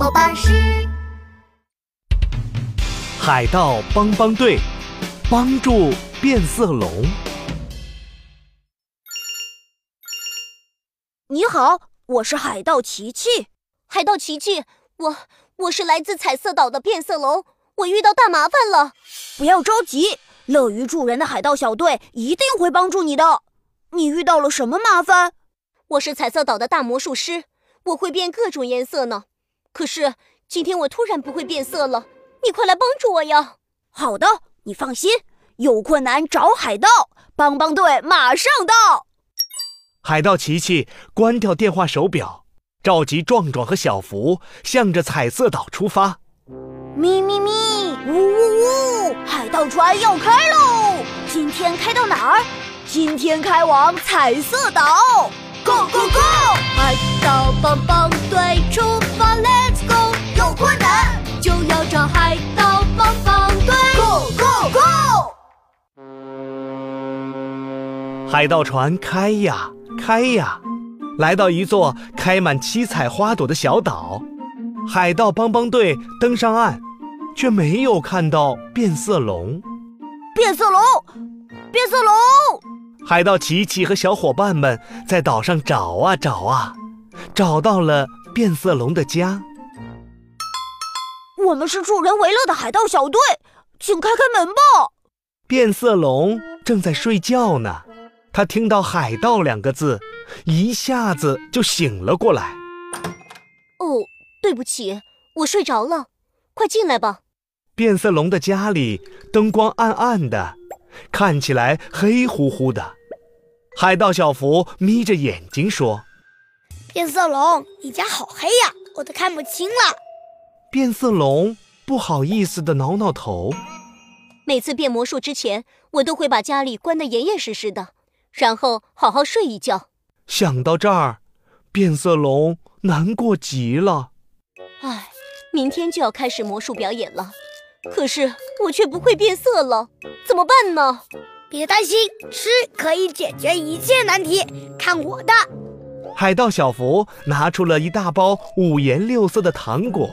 后巴士海盗帮帮队，帮助变色龙。你好，我是海盗琪琪。海盗琪琪，我我是来自彩色岛的变色龙，我遇到大麻烦了。不要着急，乐于助人的海盗小队一定会帮助你的。你遇到了什么麻烦？我是彩色岛的大魔术师，我会变各种颜色呢。可是今天我突然不会变色了，你快来帮助我呀！好的，你放心，有困难找海盗，帮帮队马上到。海盗琪琪关掉电话手表，召集壮壮和小福，向着彩色岛出发。咪咪咪，呜呜呜，海盗船要开喽！今天开到哪儿？今天开往彩色岛，Go Go Go！海盗帮帮队出发，Let's go！有困难就要找海盗帮帮队，Go Go Go！海盗船开呀开呀，来到一座开满七彩花朵的小岛。海盗帮帮队登上岸，却没有看到变色龙。变色龙，变色龙！海盗琪琪和小伙伴们在岛上找啊找啊，找到了变色龙的家。我们是助人为乐的海盗小队，请开开门吧！变色龙正在睡觉呢，它听到“海盗”两个字，一下子就醒了过来。哦，对不起，我睡着了，快进来吧。变色龙的家里灯光暗暗的，看起来黑乎乎的。海盗小福眯着眼睛说变色龙，你家好黑呀，我都看不清了。：“变色龙，不好意思的挠挠头。每次变魔术之前，我都会把家里关得严严实实的，然后好好睡一觉。”想到这儿，变色龙难过极了。唉，明天就要开始魔术表演了，可是我却不会变色了，怎么办呢？别担心，吃可以解决一切难题。看我的，海盗小福拿出了一大包五颜六色的糖果。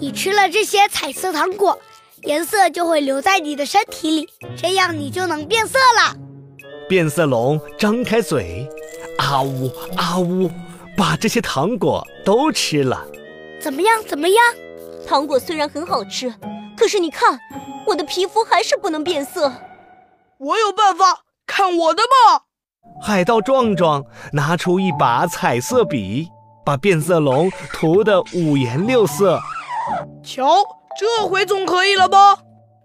你吃了这些彩色糖果，颜色就会留在你的身体里，这样你就能变色了。变色龙张开嘴，啊呜啊呜，把这些糖果都吃了。怎么样？怎么样？糖果虽然很好吃，可是你看，我的皮肤还是不能变色。我有办法，看我的吧！海盗壮壮拿出一把彩色笔，把变色龙涂得五颜六色。瞧，这回总可以了吧？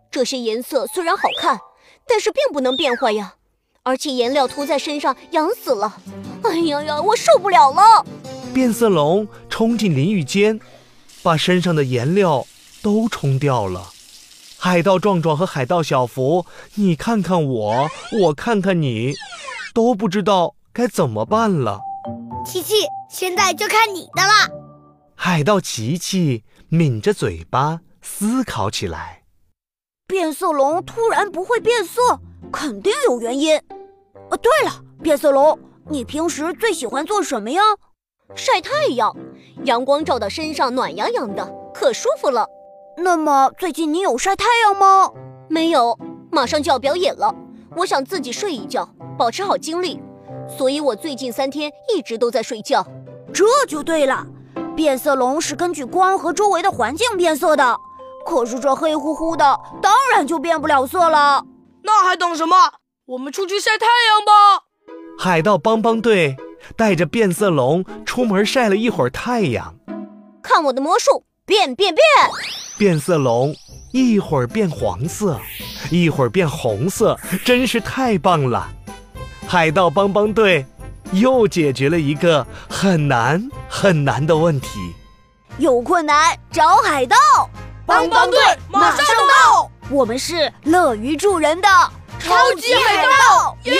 这些颜色虽然好看，但是并不能变坏呀，而且颜料涂在身上痒死了。哎呀呀，我受不了了！变色龙冲进淋浴间，把身上的颜料都冲掉了。海盗壮壮和海盗小福，你看看我，我看看你，都不知道该怎么办了。琪琪，现在就看你的了。海盗琪琪抿着嘴巴思考起来。变色龙突然不会变色，肯定有原因。哦，对了，变色龙，你平时最喜欢做什么呀？晒太阳，阳光照到身上暖洋洋的，可舒服了。那么最近你有晒太阳吗？没有，马上就要表演了，我想自己睡一觉，保持好精力，所以我最近三天一直都在睡觉。这就对了，变色龙是根据光和周围的环境变色的。可是这黑乎乎的，当然就变不了色了。那还等什么？我们出去晒太阳吧！海盗帮帮队带着变色龙出门晒了一会儿太阳，看我的魔术，变变变！变色龙一会儿变黄色，一会儿变红色，真是太棒了！海盗帮帮队又解决了一个很难很难的问题。有困难找海盗，帮帮队马上到。我们是乐于助人的超级海盗，耶！